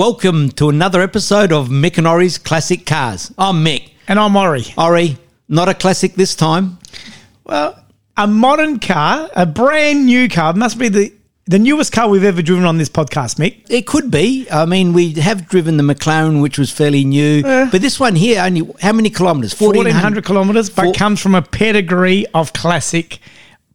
Welcome to another episode of Mick and Ori's Classic Cars. I'm Mick. And I'm Ori. Ori, not a classic this time. Well, a modern car, a brand new car, must be the, the newest car we've ever driven on this podcast, Mick. It could be. I mean, we have driven the McLaren, which was fairly new, but this one here only how many kilometres? 1400 kilometres, but Four- comes from a pedigree of classic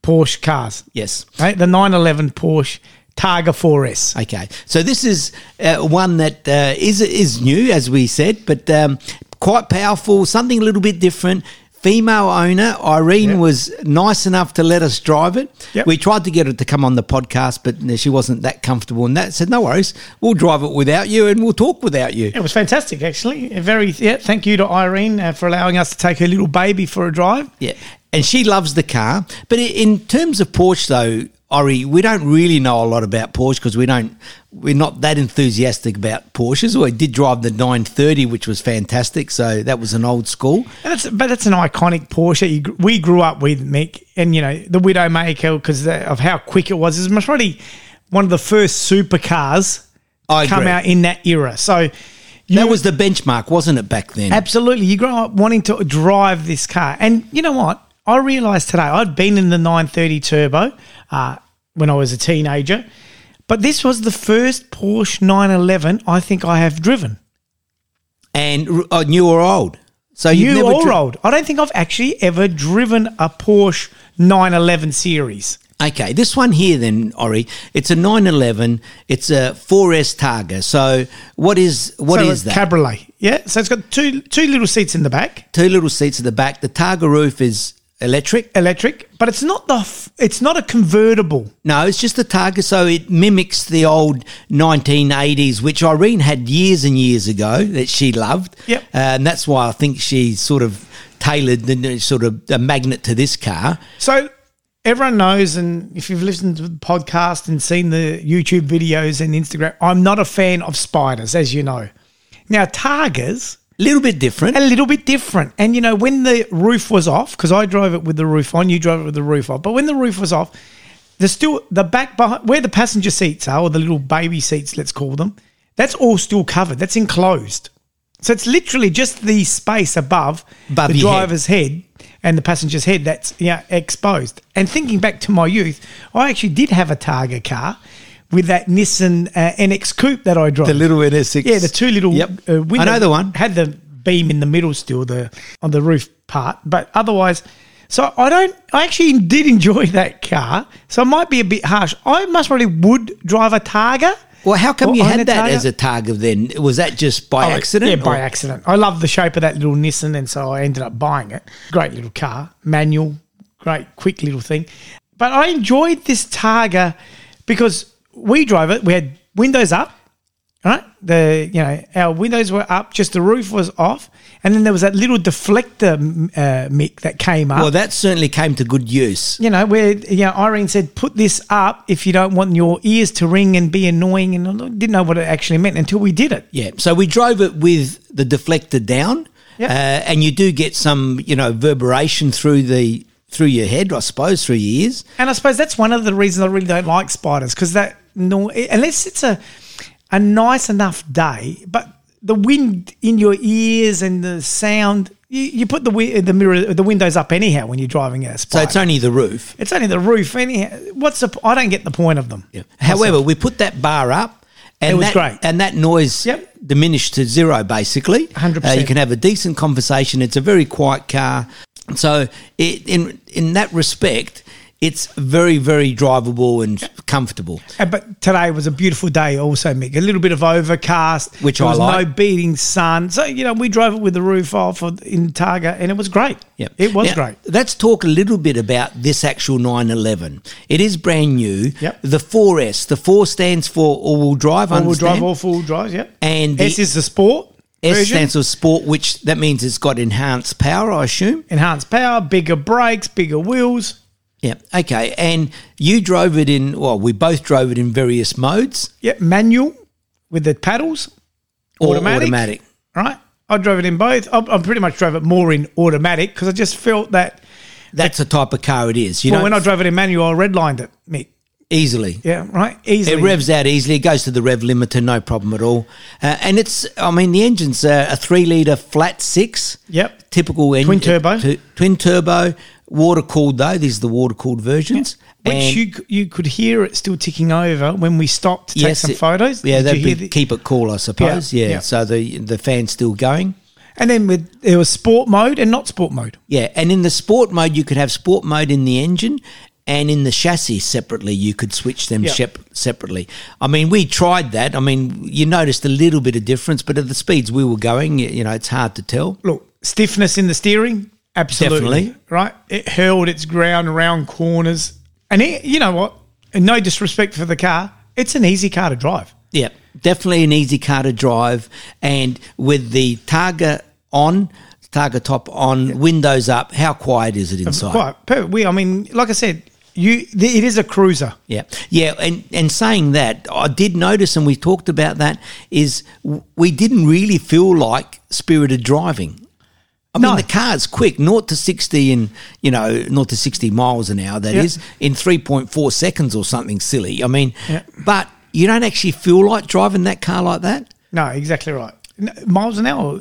Porsche cars. Yes. Right? The 911 Porsche Targa 4S. Okay. So this is uh, one that uh, is is new, as we said, but um, quite powerful. Something a little bit different. Female owner Irene Yep. was nice enough to let us drive it. Yep. We tried to get her to come on the podcast, but she wasn't that comfortable. And that said, no worries, we'll drive it without you, and we'll talk without you. It was fantastic, actually. A very yeah, thank you to Irene uh, for allowing us to take her little baby for a drive. Yeah, and she loves the car. But i- in terms of Porsche, though, Ori, we don't really know a lot about Porsche because we don't we're not that enthusiastic about Porsches. We did drive the 930, which was fantastic. So that was an old school. And it's, but it's an iconic Porsche. You, gr- we grew up with Mick, and you know the Widowmaker because of how quick it was. It was probably one of the first supercars I come agree. out in that era. So you, That was the benchmark, wasn't it, back then? absolutely you grow up wanting to drive this car, and you know what? I realised today I'd been in the 930 Turbo uh, when I was a teenager, but this was the first Porsche 911 I think I have driven. and r- uh, new or old? So you New never or dri- old? I don't think I've actually ever driven a Porsche 911 series. Okay, this one here then, Ori. It's a 911. It's a 4S Targa. So what is what is so a that? Cabriolet. Yeah. So it's got two two little seats in the back, Two little seats at the back. The Targa roof is electric. electric, but it's not the f- it's not a convertible. No, it's just the Targa. So it mimics the old 1980s, which Irene had years and years ago that she loved. Yep. Uh, and that's why I think she sort of tailored the new sort of a magnet to this car. So everyone knows, and if you've listened to the podcast and seen the YouTube videos and Instagram, I'm not a fan of spiders, as you know. Now Targas A little bit different. a little bit different, and you know when the roof was off, because I drove it with the roof on, you drove it with the roof off, but when the roof was off. There's still the back behind where the passenger seats are, or the little baby seats, let's call them. That's all still covered. That's enclosed. So it's literally just the space above Above the your head. driver's head. and the passenger's head that's yeah exposed. And thinking back to my youth, I actually did have a Targa car with that Nissan uh, NX coupe that I drove. NS6. yeah, the two little Yep. uh, windows. I know the one. Had the beam in the middle still, the on the roof part, but otherwise. So I don't. I actually did enjoy that car. So I might be a bit harsh. I must really would drive a Targa. Well, how come Well, you on had the that Targa- as a Targa then? Was that just by accident? Yeah, by or- accident. I love the shape of that little Nissan, and so I ended up buying it. Great little car, manual, great, quick little thing. But I enjoyed this Targa because we drove it. We had windows up, right? The you know our windows were up, just the roof was off, and then there was that little deflector m- uh, mick that came up. Well, that certainly came to good use. you know, where you know, Irene said, put this up if you don't want your ears to ring and be annoying. And I didn't know what it actually meant until we did it. Yeah. So we drove it with the deflector down, Yep. uh, and you do get some, you know, reverberation through the through your head, I suppose, through your ears. And I suppose that's one of the reasons I really don't like spiders because that no, unless it's a a nice enough day, but the wind in your ears and the sound, you, you put the wi- the mirror the windows up anyhow when you're driving a So spider. it's only the roof. it's only the roof anyhow. What's the? p- I don't get the point of them. However, we put that bar up. And It was that, great. And that noise Yep. diminished to zero, basically. Uh, 100%. you can have a decent conversation. It's a very quiet car. So, it, in, in that respect, it's very, very drivable and comfortable. Uh, But today was a beautiful day, also, Mick. A little bit of overcast, Which there I was like. no beating sun. So you know, we drove it with the roof off or- in Targa, and it was great. Yep. it was Now, great. Let's talk a little bit about this actual 911. It is brand new. Yep. The 4S, the 4 stands for all-wheel drive, All-wheel drive, understand? all four-wheel drives. Yeah, And the S is the sport S version. stands for sport, which that means it's got enhanced power, I assume. Enhanced power, bigger brakes, bigger wheels. Yeah. Okay. And you drove it in, well, we both drove it in various modes. Yep, manual with the paddles, or Automatic. automatic. right? I drove it in both. I, I pretty much drove it more in automatic because I just felt that That's the type of car it is. You well, know, when I drove it in manual, I redlined it, Mick. easily. Yeah, right. Easily. It revs out easily. It goes to the rev limiter, no problem at all. Uh, and it's, I mean, the engine's a, a three litre flat six. Yep. Typical engine. Twin turbo. twin turbo, water cooled though. These are the water cooled versions. Which And- you c- you could hear it still ticking over when we stopped to take some it- photos. Yeah, Did that'd you hear be the- keep it cool, I suppose. Yeah, Yeah, yeah. So the the fan's still going. and then with there was sport mode and not sport mode. Yeah, and in the sport mode, you could have sport mode in the engine, and in the chassis separately, you could switch them Yeah. shep- separately. I mean, we tried that. I mean, you noticed a little bit of difference, but at the speeds we were going, you, you know, it's hard to tell. Look, stiffness in the steering, absolutely. Definitely. Right? It hurled its ground around corners. And it, you know what? And no disrespect for the car, it's an easy car to drive. Yeah, definitely an easy car to drive, and with the Targa on, Targa top on, windows up. How quiet is it inside? Quite perfect. We, I mean, like I said, you, th- it is a cruiser. Yeah, yeah, and and saying that, I did notice, and we talked about that, is w- we didn't really feel like spirited driving. I No. mean, the car's quick, naught to sixty, in you know, naught to sixty miles an hour. That Yeah. is in three point four seconds or something silly. I mean, Yeah. but you don't actually feel like driving that car like that. No, exactly right. N- Miles an hour,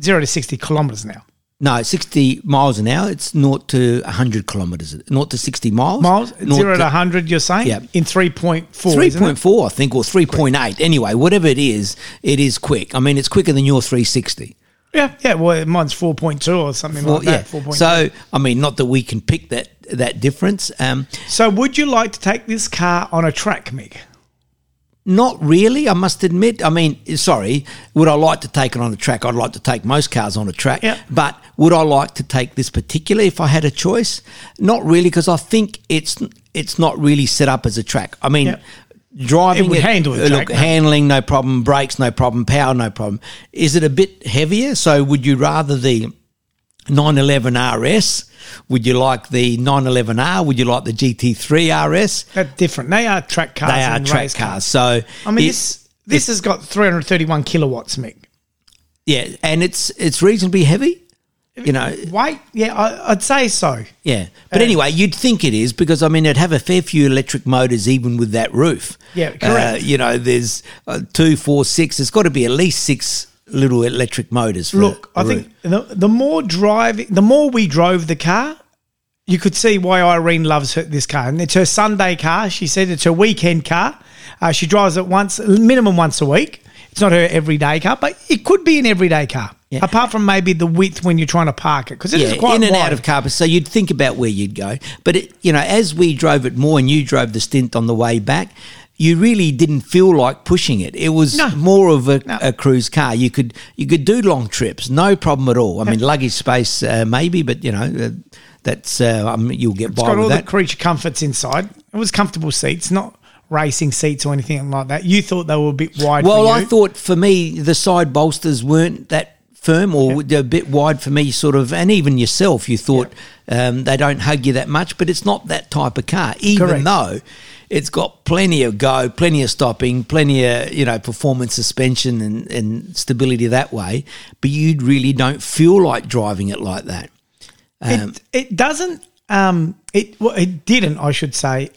zero to 60 kilometers an hour. No, sixty miles an hour. It's naught to hundred kilometers, naught to sixty miles, Miles, naught zero to 100, you're saying? Yeah. In 3.4. Three isn't it? point four, I think, or three point eight. Anyway, whatever it is, it is quick. I mean, it's quicker than your three sixty. Yeah, yeah. Well, mine's 4.2 or something Well, like yeah. that. 4.2. So, I mean, not that we can pick that that difference. Um, so, would you like to take this car on a track, Mick? not really, I must admit. I mean, sorry, would I like to take it on a track? I'd like to take most cars on a track. Yeah. But would I like to take this particular if I had a choice? Not really, because I think it's it's not really set up as a track. I mean. Yeah. Driving uh, It would handle the look, track, no. handling no problem, brakes no problem, power no problem. Is it a bit heavier? So would you rather the 911 RS? Would you like the 911R? Would you like the GT3 RS? They're different. They are track cars. They are and track race cars. So I mean, it- this this has got 331 kilowatts, Mick. Yeah, and it's it's reasonably heavy. You know, Weight? Yeah, I, I'd say so. yeah. But anyway, you'd think it is because I mean it'd have a fair few electric motors even with that roof. Yeah, correct. Uh, you know, there's uh, two, four, six. There's got to be at least six little electric motors. For Look, a I roof. think the, the more driving, the more we drove the car, you could see why Irene loves her, this car. And it's her Sunday car. She said it's her weekend car. Uh, she drives it once, minimum once a week. It's not her everyday car, but it could be an everyday car. Yeah. Apart from maybe the width when you're trying to park it, because it is yeah, quite in and wide. out of Carpus. So you'd think about where you'd go. But, it, you know, as we drove it more and you drove the stint on the way back, you really didn't feel like pushing it. It was No. more of a, No. a cruise car. You could you could do long trips, no problem at all. I mean, luggage space uh, maybe, but you know uh, that's uh, I mean, you'll get It's by got all with that. the creature comforts inside. It was comfortable seats, not racing seats or anything like that. You thought they were a bit wide. well, for I you. thought for me the side bolsters weren't that firm or they're a bit wide for me, sort of, and even yourself, you thought um, they don't hug you that much. But it's not that type of car, even Correct. though it's got plenty of go, plenty of stopping, plenty of you know performance suspension and, and stability that way. But you really don't feel like driving it like that. um, it, it doesn't. Um, it well, it didn't. I should say.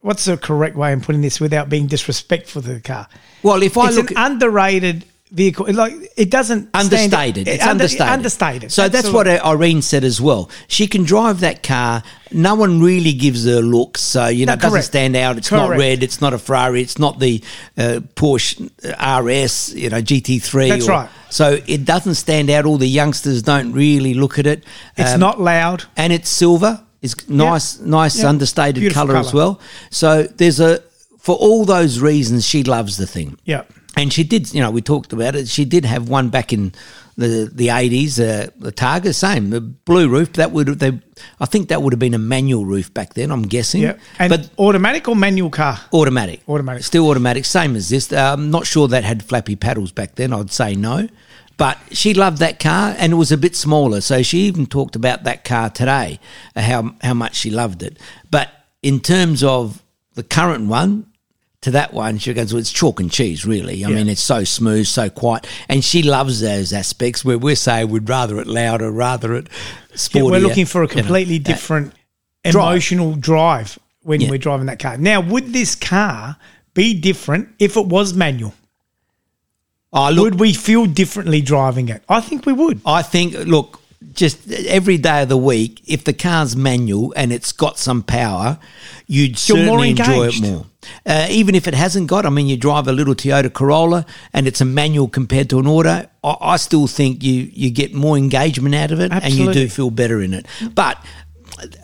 What's the correct way in putting this without being disrespectful to the car? Well, if I it's look, an underrated vehicle. It, Like it doesn't stand- understated. it it's under- understated. Understated. So that's what Irene said as well. She can drive that car. No one really gives her a look. So you know, No, it doesn't correct. stand out. It's not Correct. red. It's not a Ferrari. It's not the uh, Porsche uh, RS. You know, GT3. That's right. So it doesn't stand out. All the youngsters don't really look at it. It's Um, not loud. and it's silver. It's nice, nice Yep. understated Beautiful color, as colour. well. So there's a for all those reasons she loves the thing. Yeah. And she did, you know, we talked about it. She did have one back in the the eighties, uh, the Targa, same the blue roof. That would have- they, I think that would have been a manual roof back then. I'm guessing. Yeah. And but automatic or manual car? automatic, Automatic. still automatic, same as this. Uh, I'm not sure that had flappy paddles back then. I'd say no. But she loved that car, and it was a bit smaller. So she even talked about that car today, uh, how how much she loved it. But in terms of the current one, to that one, she goes, well, it's chalk and cheese, really. I mean, it's so smooth, so quiet. And she loves those aspects where we say we'd rather it louder, rather it sportier. We're looking for a you know. completely different emotional drive. when Yeah. we're driving that car. Now, would this car be different if it was manual? Oh, look, would we feel differently driving it? I think we would. I think, look, just every day of the week, if the car's manual and it's got some power, you'd You're more certainly enjoy it engaged. more. Uh, even if it hasn't got, I mean, you drive a little Toyota Corolla and it's a manual compared to an auto. I, I still think you you get more engagement out of it, and you Absolutely. do feel better in it. But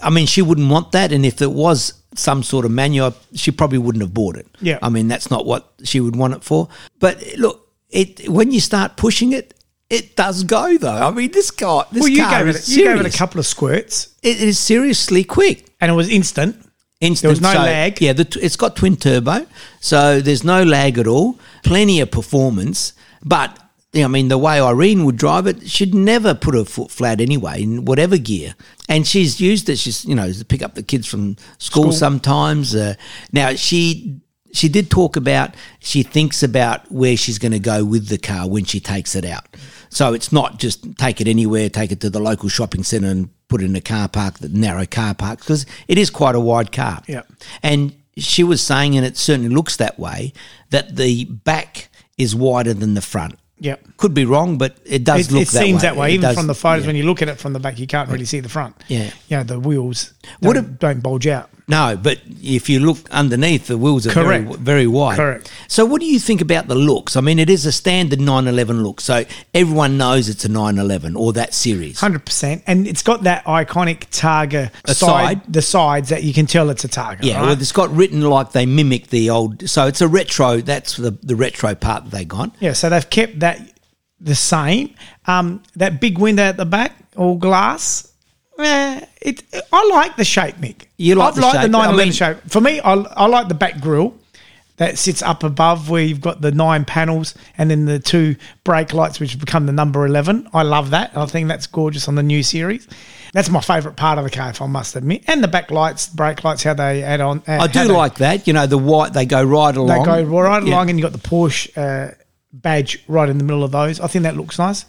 I mean, she wouldn't want that, and if it was some sort of manual, she probably wouldn't have bought it. Yeah. I mean, that's not what she would want it for. But look, it when you start pushing it, it does go though. I mean, this car, this Well, you car gave, is it, you gave it serious. a couple of squirts It is seriously quick. and it was instant. Instant, There was no so- lag. Yeah, the, t- it's got twin turbo, so there's no lag at all. Plenty of performance, but you know, I mean, the way Irene would drive it, she'd never put her foot flat anyway in whatever gear. And she's used it. She's you know to pick up the kids from school, sometimes. Uh, now she she did talk about she thinks about where she's going to go with the car when she takes it out. So it's not just take it anywhere, take it to the local shopping centre and put it in a car park, the narrow car park, because it is quite a wide car. Yeah. And she was saying, and it certainly looks that way, that the back is wider than the front. Yep. Could be wrong, but it does It, look it that seems way. that way. It Even does- from the photos, yeah. when you look at it from the back, you can't really see the front. Yeah. You know, the wheels Would would it- have, don't bulge out. No, but if you look underneath, the wheels are very, Correct. very wide. Correct. So, what do you think about the looks? I mean, it is a standard 911 look, so everyone knows it's a 911 or that series. Hundred percent, and it's got that iconic Targa The side, side. the sides that you can tell it's a Targa. Yeah, right? well, it's got written like they mimic the old. So it's a retro. That's the the retro part that they got. yeah. So they've kept that the same. Um, that big window at the back, all glass. Eh, it. I like the shape, Mick. You like I've the liked shape. the nine I mean- eleven shape. For me, I, I like the back grille that sits up above where you've got the nine panels and then the two brake lights, which become the number eleven. I love that. I think that's gorgeous on the new series. That's my favourite part of the car, if I must admit. And the back lights, brake lights, how they add on. I do like that. You know, the white they go right They along. go right Yeah. along, and you got the Porsche uh, badge right in the middle of those. I think that looks nice.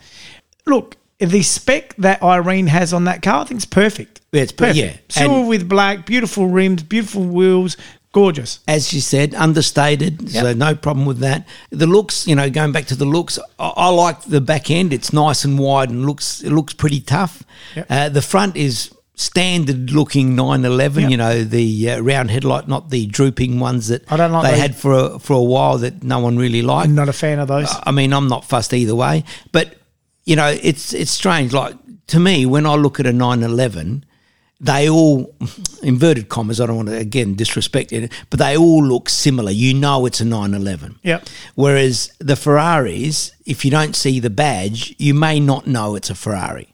Look, the spec that Irene has on that car, I think it's perfect. Yeah, it's per- yeah. silver And- with black, beautiful rims, beautiful wheels, gorgeous. As you said, understated, so no problem with that. The looks, you know, going back to the looks, I, I like the back end. It's nice and wide and looks it looks pretty tough. Yep. Uh, the front is standard looking 911. Yep. You know, the uh, round headlight, not the drooping ones that I don't like they those. had for a, for a while that no one really liked. I'm not a fan of those. I mean, I'm not fussed either way, but you know, it's it's strange. Like to me, when I look at a 911, they all inverted commas. I don't want to again disrespect it, but they all look similar. You know, it's a 911. Yep. Whereas the Ferraris, if you don't see the badge, you may not know it's a Ferrari.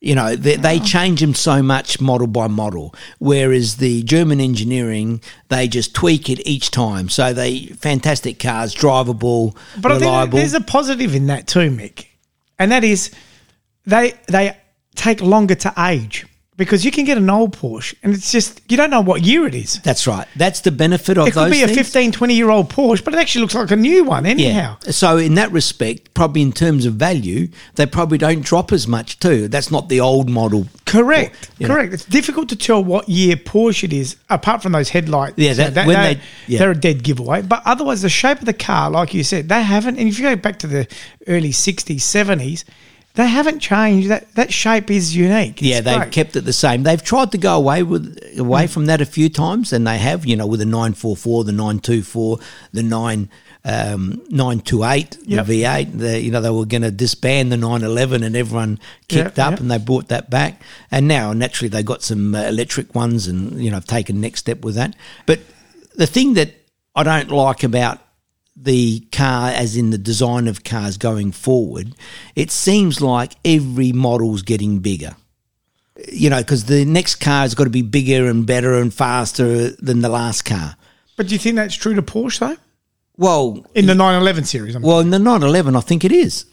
You know, they, they change them so much model by model. Whereas the German engineering, they just tweak it each time. So they fantastic cars, drivable, But I think reliable. there's a positive in that too, Mick, and that is they they take longer to age because you can get an old Porsche and it's just you don't know what year it is. That's right. That's the benefit of It those could be a things. 15, 20 year old Porsche, but it actually looks like a new one anyhow. So in that respect, probably in terms of value, they probably don't drop as much too. That's not the old model. Correct. you know. Correct. It's difficult to tell what year Porsche it is, apart from those headlights. Yeah, that- when they- yeah. are a dead giveaway. But otherwise, the shape of the car, like you said, they haven't. And if you go back to the early '60s, '70s, they haven't changed. That that shape is unique. Yeah, It's they've great. Mm. kept it the same. They've tried to go away with away from that a few times, and they have. You know, with the nine four four, the nine two four, the nine um, nine two eight, Yep. the V eight. The, you know, they were going to disband the nine eleven, and everyone kicked Yeah, up, yeah. and they brought that back. And now, naturally, they got some uh, electric ones, and you know, have taken next step with that. But the thing that I don't like about the car, as in the design of cars going forward, it seems like every model's getting bigger you know, because the next car has got to be bigger and better and faster than the last car. But do you think that's true to Porsche though? Well, In the 911 series, I mean, well, in the 911, I think it is.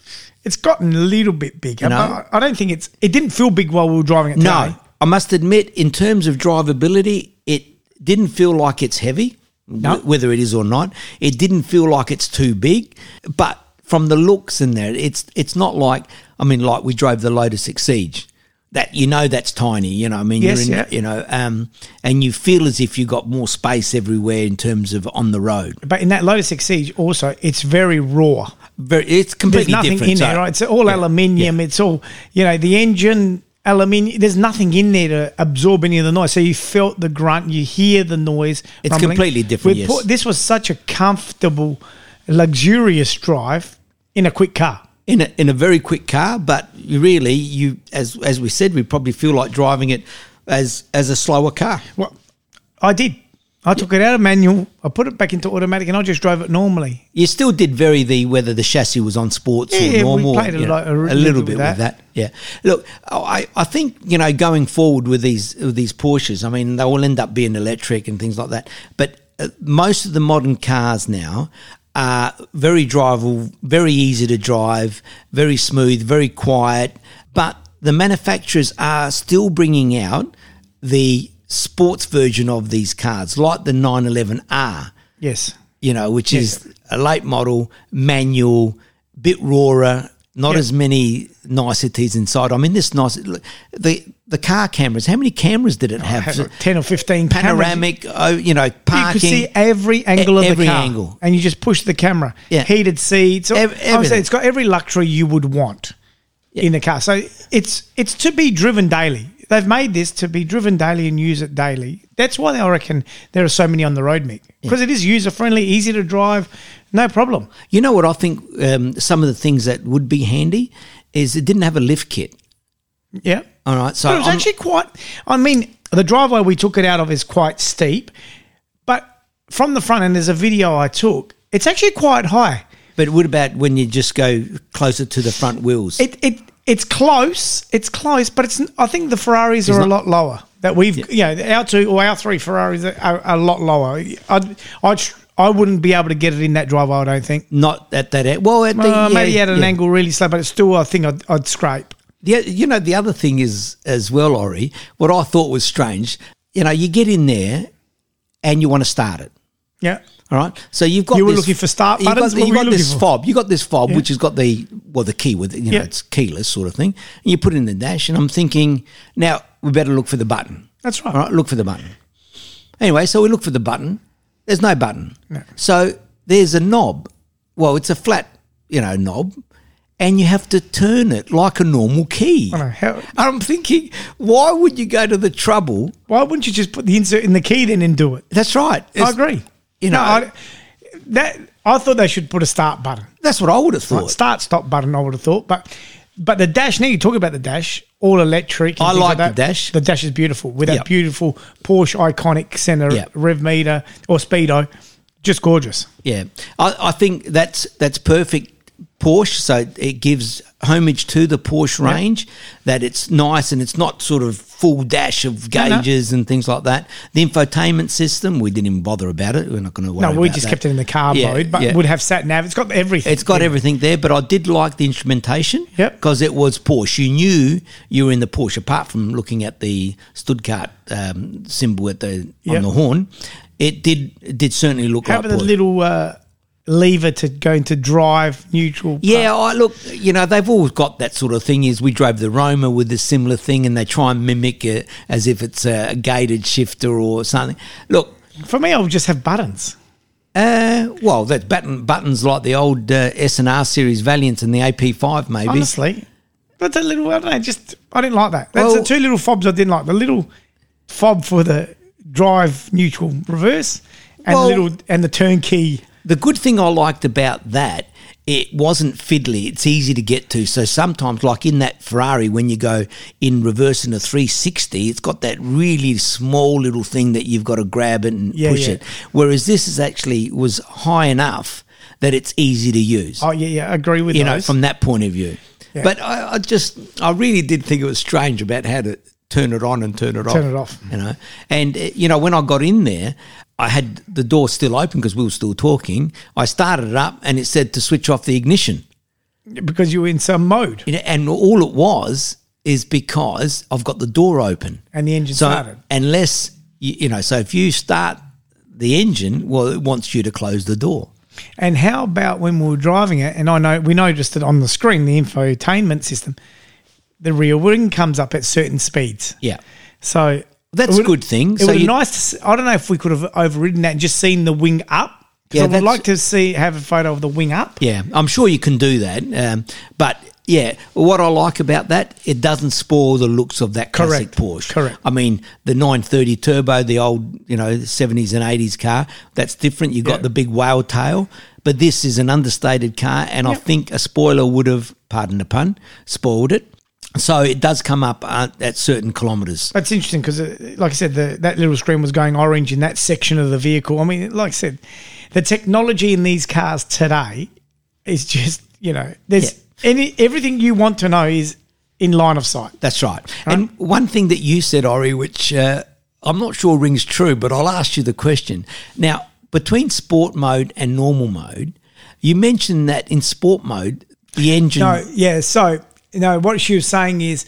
it's gotten a little bit bigger. No. But I I don't think it's. It didn't feel big while we were driving it. No, today. I must admit, in terms of drivability, it didn't feel like it's heavy, No. wh- whether it is or not. It didn't feel like it's too big, but from the looks in there, it's it's not like I mean, like we drove the Lotus Exige. that you know that's tiny. You know, I mean, Yes, you're in, yeah. you know, um, and you feel as if you got more space everywhere in terms of on the road. But in that Lotus 6 Siege, also, it's very raw. Very, it's There's completely nothing different. in so- there, right? It's all yeah, aluminium. It's all, you know, the engine, aluminium. There's nothing in there to absorb any of the noise. So you felt the grunt, you hear the noise. It's completely different, We yes. this was such a comfortable, luxurious drive in a quick car. in a, in a very quick car, but you really, you as as we said, we probably feel like driving it as as a slower car. Well, I did. I took it out of manual, I put it back into automatic, and I just drove it normally. You still did vary the whether the chassis was on sports Yeah, yeah, or we normal. played a you know, lot- a little with bit that. with that. Yeah. Look, I, I think you know going forward with these with these Porsches, I mean they will end up being electric and things like that. But uh, most of the modern cars now are very drivable, very easy to drive, very smooth, very quiet. But the manufacturers are still bringing out the sports version of these cars, like the 911R Yes. you know, which is a late model, manual, bit rawer, not Yeah. as many niceties inside. I mean, this nice look, the the car cameras. How many cameras did it have? Have 10 or 15 cameras. Panoramic, oh, you know, Oh, You could parking. e-, see every angle of every the car, angle. and you just push the camera. Yeah. Heated seats. Ev- I would everything. say it's got every luxury you would want in a car. So it's it's to be driven daily. They've made this to be driven daily and use it daily. That's why I reckon there are so many on the road, Mick, because it is user friendly, easy to drive, no problem. You know what I think? Um, some of the things that would be handy is it didn't have a lift kit. Yeah. All right, so But it was I'm- actually quite. I mean, the driveway we took it out of is quite steep, but from the front end, there's a video I took. It's actually quite high. but what about when you just go closer to the front wheels? It it it's close. It's close, but it's. I think the Ferraris are a lot lower. That we've yeah. you know our two or our three Ferraris are, are a lot lower. I'd I'd. tr- I wouldn't be able to get it in that driveway, I don't think. Not at that. Well, at the, Uh, maybe yeah, at an yeah. angle really slow, but it's still, I think I'd, I'd scrape. Yeah, you know the other thing is as well, Ori. What I thought was strange, you know, you get in there and you want to start it. Yeah. All right, so you've got You were this- looking for start you've got- buttons? What You've were you got this looking for? fob. You got this fob, which has got the well, the key with it. You know, Yeah. it's keyless sort of thing. And you put it in the dash, and I'm thinking now we better look for the button. That's right. All right, look for the button. Anyway, so we look for the button. There's no button. So there's a knob. Well, it's a flat, you know, knob, and you have to turn it like a normal key. I know. How, I'm thinking, why would you go to the trouble? why wouldn't you just put the insert in the key then and do it? That's right. I It's- agree. You No, know, I, that I thought they should put a start button, that's what I would have thought. start stop button. I would have thought, but but the dash. Now you talk about the dash, all electric. and I things like that. the dash. The dash is beautiful with Yeah. that beautiful Porsche iconic center Yeah. rev meter or speedo, just gorgeous. Yeah, I, I think that's that's perfect. Porsche, so it gives homage to the Porsche range. That it's nice and it's not sort of full dash of No, no. gauges and things like that. The infotainment system, we didn't even bother about it. We're not going to. No, we just kept it in the car Yeah, mode, but yeah. would have sat nav. It's got everything. It's got everything there, but I did like the instrumentation. Yep. Because it was Porsche. You knew you were in the Porsche, apart from looking at the Stuttgart um, symbol at the on Yep. the horn. It did it did certainly look How like about the Porsche. little uh, lever to go into drive, neutral? Yeah, I look, you know, they've always got that sort of thing. Is we drove the Roma with a similar thing, and they try and mimic it as if it's a, gated shifter or something. Look, For me, I would just have buttons. uh, well, that's button, buttons like the old uh, S and R series Valiants and the AP5, maybe. Honestly. But the little, I don't know, just, I didn't like that. That's Well- the two little fobs I didn't like. The little fob for the drive neutral reverse and Well- the little, and the turnkey. The good thing I liked about that, it wasn't fiddly. It's easy to get to. So sometimes, like in that Ferrari, when you go in reverse in a 360, it's got that really small little thing that you've got to grab it and Yeah, push yeah. it. Whereas this is actually was high enough that it's easy to use. Oh, yeah, yeah, I agree with you know, those. from that point of view. Yeah. But I, I just, I really did think it was strange about how to turn it on and turn it off. Turn it off. You know, and uh, you know when I got in there, I had the door still open because we were still talking. I started it up, and it said to switch off the ignition. because you were in some mode You know, and all it was is because I've got the door open. and the engine So started. unless you, you know, so if you start the engine, well, it wants you to close the door. And how about when we were driving it? And I know we noticed it on the screen, the infotainment system. the rear wing comes up at certain speeds. Yeah. So That's it a good thing. It So would be you- nice. To see, I don't know if we could have overridden that and just seen the wing up. Yeah, Yeah, I would that's- like to see have a photo of the wing up. Yeah, I'm sure you can do that. Um, but yeah, what I like about that, it doesn't spoil the looks of that classic Correct. Porsche. Correct. I mean, the 930 Turbo, the old, you know, 70s and 80s car, that's different. You've got Yeah. the big whale tail, but this is an understated car, and I Yep. think a spoiler would have, pardon the pun, spoiled it. So it does come up uh, at certain kilometres. That's interesting because, like I said, the, that little screen was going orange in that section of the vehicle. I mean, like I said, the technology in these cars today is just you know, there's any everything you want to know is in line of sight. That's right. And one thing that you said, Ori, which uh, I'm not sure rings true, but I'll ask you the question. Now, between sport mode and normal mode, you mentioned that in sport mode, the engine. No, yeah. So no, what she was saying is,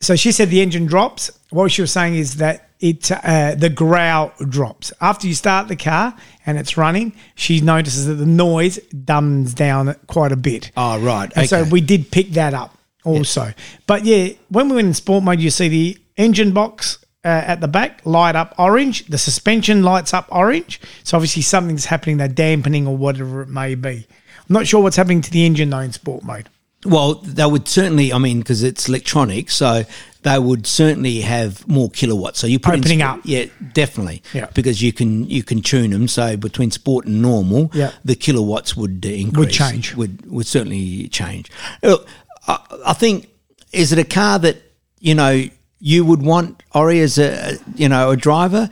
so she said the engine drops. What she was saying is that it uh, the growl drops after you start the car and it's running. She notices that the noise dumbs down quite a bit. Oh, right. And so okay. we did pick that up also. But yeah, when we went in sport mode, you see the engine box uh, at the back light up orange. The suspension lights up orange. So obviously something's happening, they're dampening or whatever it may be. I'm not sure what's happening to the engine though in sport mode. Well, they would certainly, I mean, because it's electronic, so they would certainly have more kilowatts. So you put in Opening sport- up. yeah, definitely, Yeah. because you can you can tune them. So between sport and normal, Yeah. the kilowatts would uh, increase, change. would would certainly change. Look, I, I think is it a car that you know you would want Ori as a you know a driver.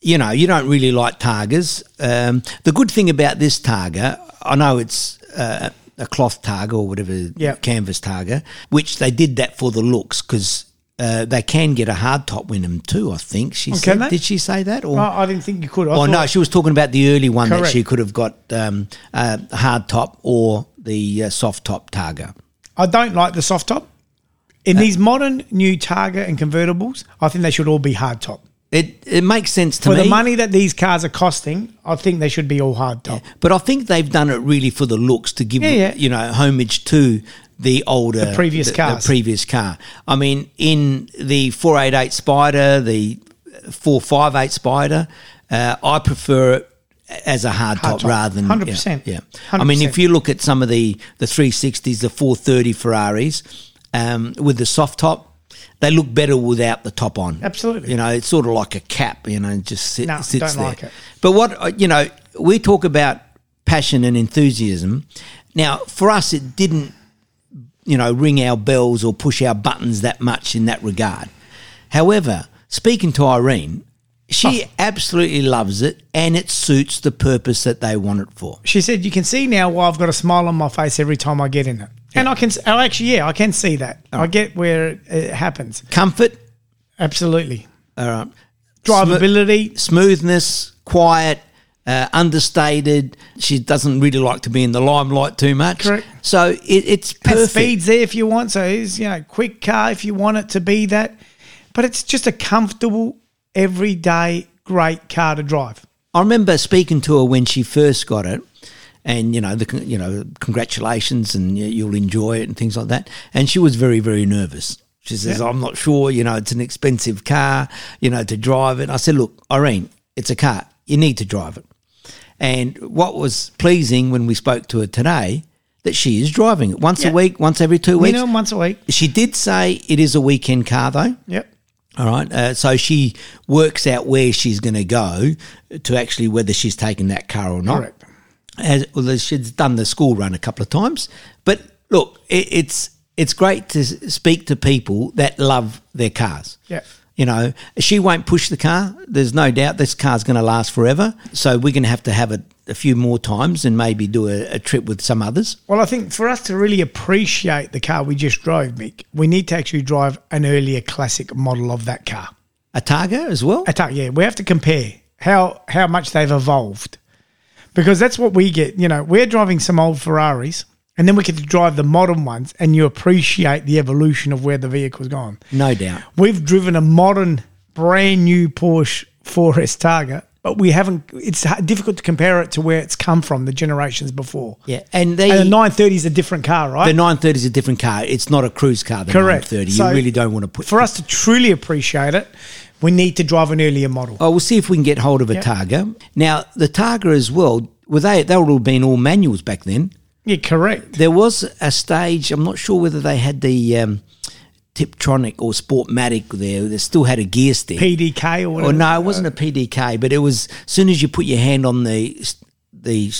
You know, you don't really like Targas. Um, the good thing about this Targa, I know it's uh, a cloth Targa or whatever Yeah. canvas targa, which they did that for the looks because uh, they can get a hard top with them too. I think she said. Oh, they? Did she say that? Or I, I didn't think you could. I oh no, thought- she was talking about the early one that Correct. she could have got um, uh, hard top or the uh, soft top targa. I don't like the soft top. In these modern new Targa and convertibles, I think they should all be hard top. It it makes sense to For me. the money that these cars are costing, I think they should be all hard top. But I think they've done it really for the looks to give Yeah, yeah. you know homage to the older The previous the, cars. The previous car. I mean, in the four eight eight Spider, the four five eight Spider, uh, I prefer it as a hard, top, top. rather than 100%. Yeah, yeah. I mean, 100%. if you look at some of the the three sixties, the four thirty Ferraris, um, with the soft top. They look better without the top on. Absolutely. you know it's sort of like a cap. You know, just sit, No, sits don't there. like it. But what uh, you know, we talk about passion and enthusiasm. Now, for us, it didn't, you know, ring our bells or push our buttons that much in that regard. However, speaking to Irene, Oh. she absolutely loves it, and it suits the purpose that they want it for. she said, "You can see now why I've got a smile on my face every time I get in it." And I can, s- oh, actually, yeah, I can see that. I get where it, it happens. Comfort, Absolutely, all right, drivability. smoothness, quiet, uh, understated. She doesn't really like to be in the limelight too much. Correct. So it, it's and perfect. speeds there if you want. So it's you know, quick car if you want it to be that. But it's just a comfortable, everyday, great car to drive. I remember speaking to her when she first got it, and you know, the con- you know, congratulations, and y- you'll enjoy it, and things like that. And she was very, very nervous. She says, "I'm not sure. You know, it's an expensive car. You know, to drive it." I said, "Look, Irene, it's a car. You need to drive it." And what was pleasing when we spoke to her today that she is driving it once Yeah. a week, once every two weeks. Minimum once a week. she did say it is a weekend car though. Yep. All right. Uh, so she works out where she's going to go to actually whether she's taking that car or not. Correct. As, well, she's done the school run a couple of times. But look, it, it's it's great to s- speak to people that love their cars. Yeah. You know, she won't push the car. There's no doubt this car's going to last forever. So we're going to have to have it a few more times and maybe do a, a trip with some others. Well, I think for us to really appreciate the car we just drove, Mick, we need to actually drive an earlier classic model of that car. A Targa as well. attack. Yeah, we have to compare how how much they've evolved, because that's what we get. You know, we're driving some old Ferraris, and then we get to drive the modern ones, and you appreciate the evolution of where the vehicle's gone. No doubt. We've driven a modern, brand new Porsche 4S Targa, but we haven't. It's h- difficult to compare it to where it's come from, the generations before. Yeah, and they And the 930 is a different car, right? the 930 is a different car. It's not a cruise car. The Correct. 930. So, you really don't want to put For us to truly appreciate it, we need to drive an earlier model. Oh, we'll see if we can get hold of a Targa. Now, the Targa as well, were they they would have been all manuals back then. Yeah, correct. There was a stage. I'm not sure whether they had the um, Tiptronic or Sportmatic there. They still had a gear stick. PDK or whatever. Or no, it wasn't a PDK, but it was as soon as you put your hand on the the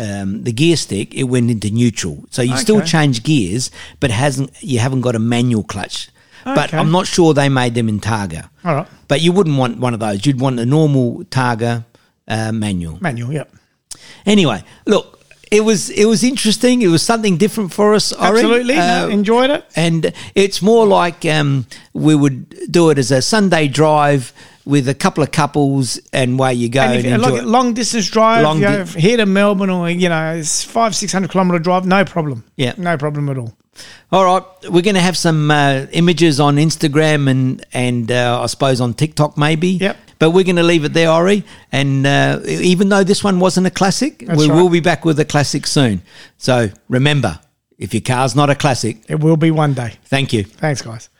um, the gear stick, it went into neutral. So you still Okay. change gears, but hasn't you haven't got a manual clutch. But Okay. I'm not sure they made them in Targa. All right. But you wouldn't want one of those. You'd want a normal Targa uh, manual. Manual, yep. Anyway, look, it was it was interesting. It was something different for us. Ori. Absolutely. Uh, no, enjoyed it. and it's more like um, we would do it as a Sunday drive with a couple of couples, and way you go And if and, you enjoy like a it. long distance drive, Long you di- know, here to Melbourne or, you know, it's five, 600 kilometre drive, no problem. Yeah. No problem at all. All right, we're going to have some uh, images on Instagram and and uh, I suppose on TikTok maybe. Yep. But we're going to leave it there, Ori. And uh, even though this one wasn't a classic, we right. will be back with a classic soon. So remember, if your car's not a classic, It will be one day. thank you. Thanks, guys.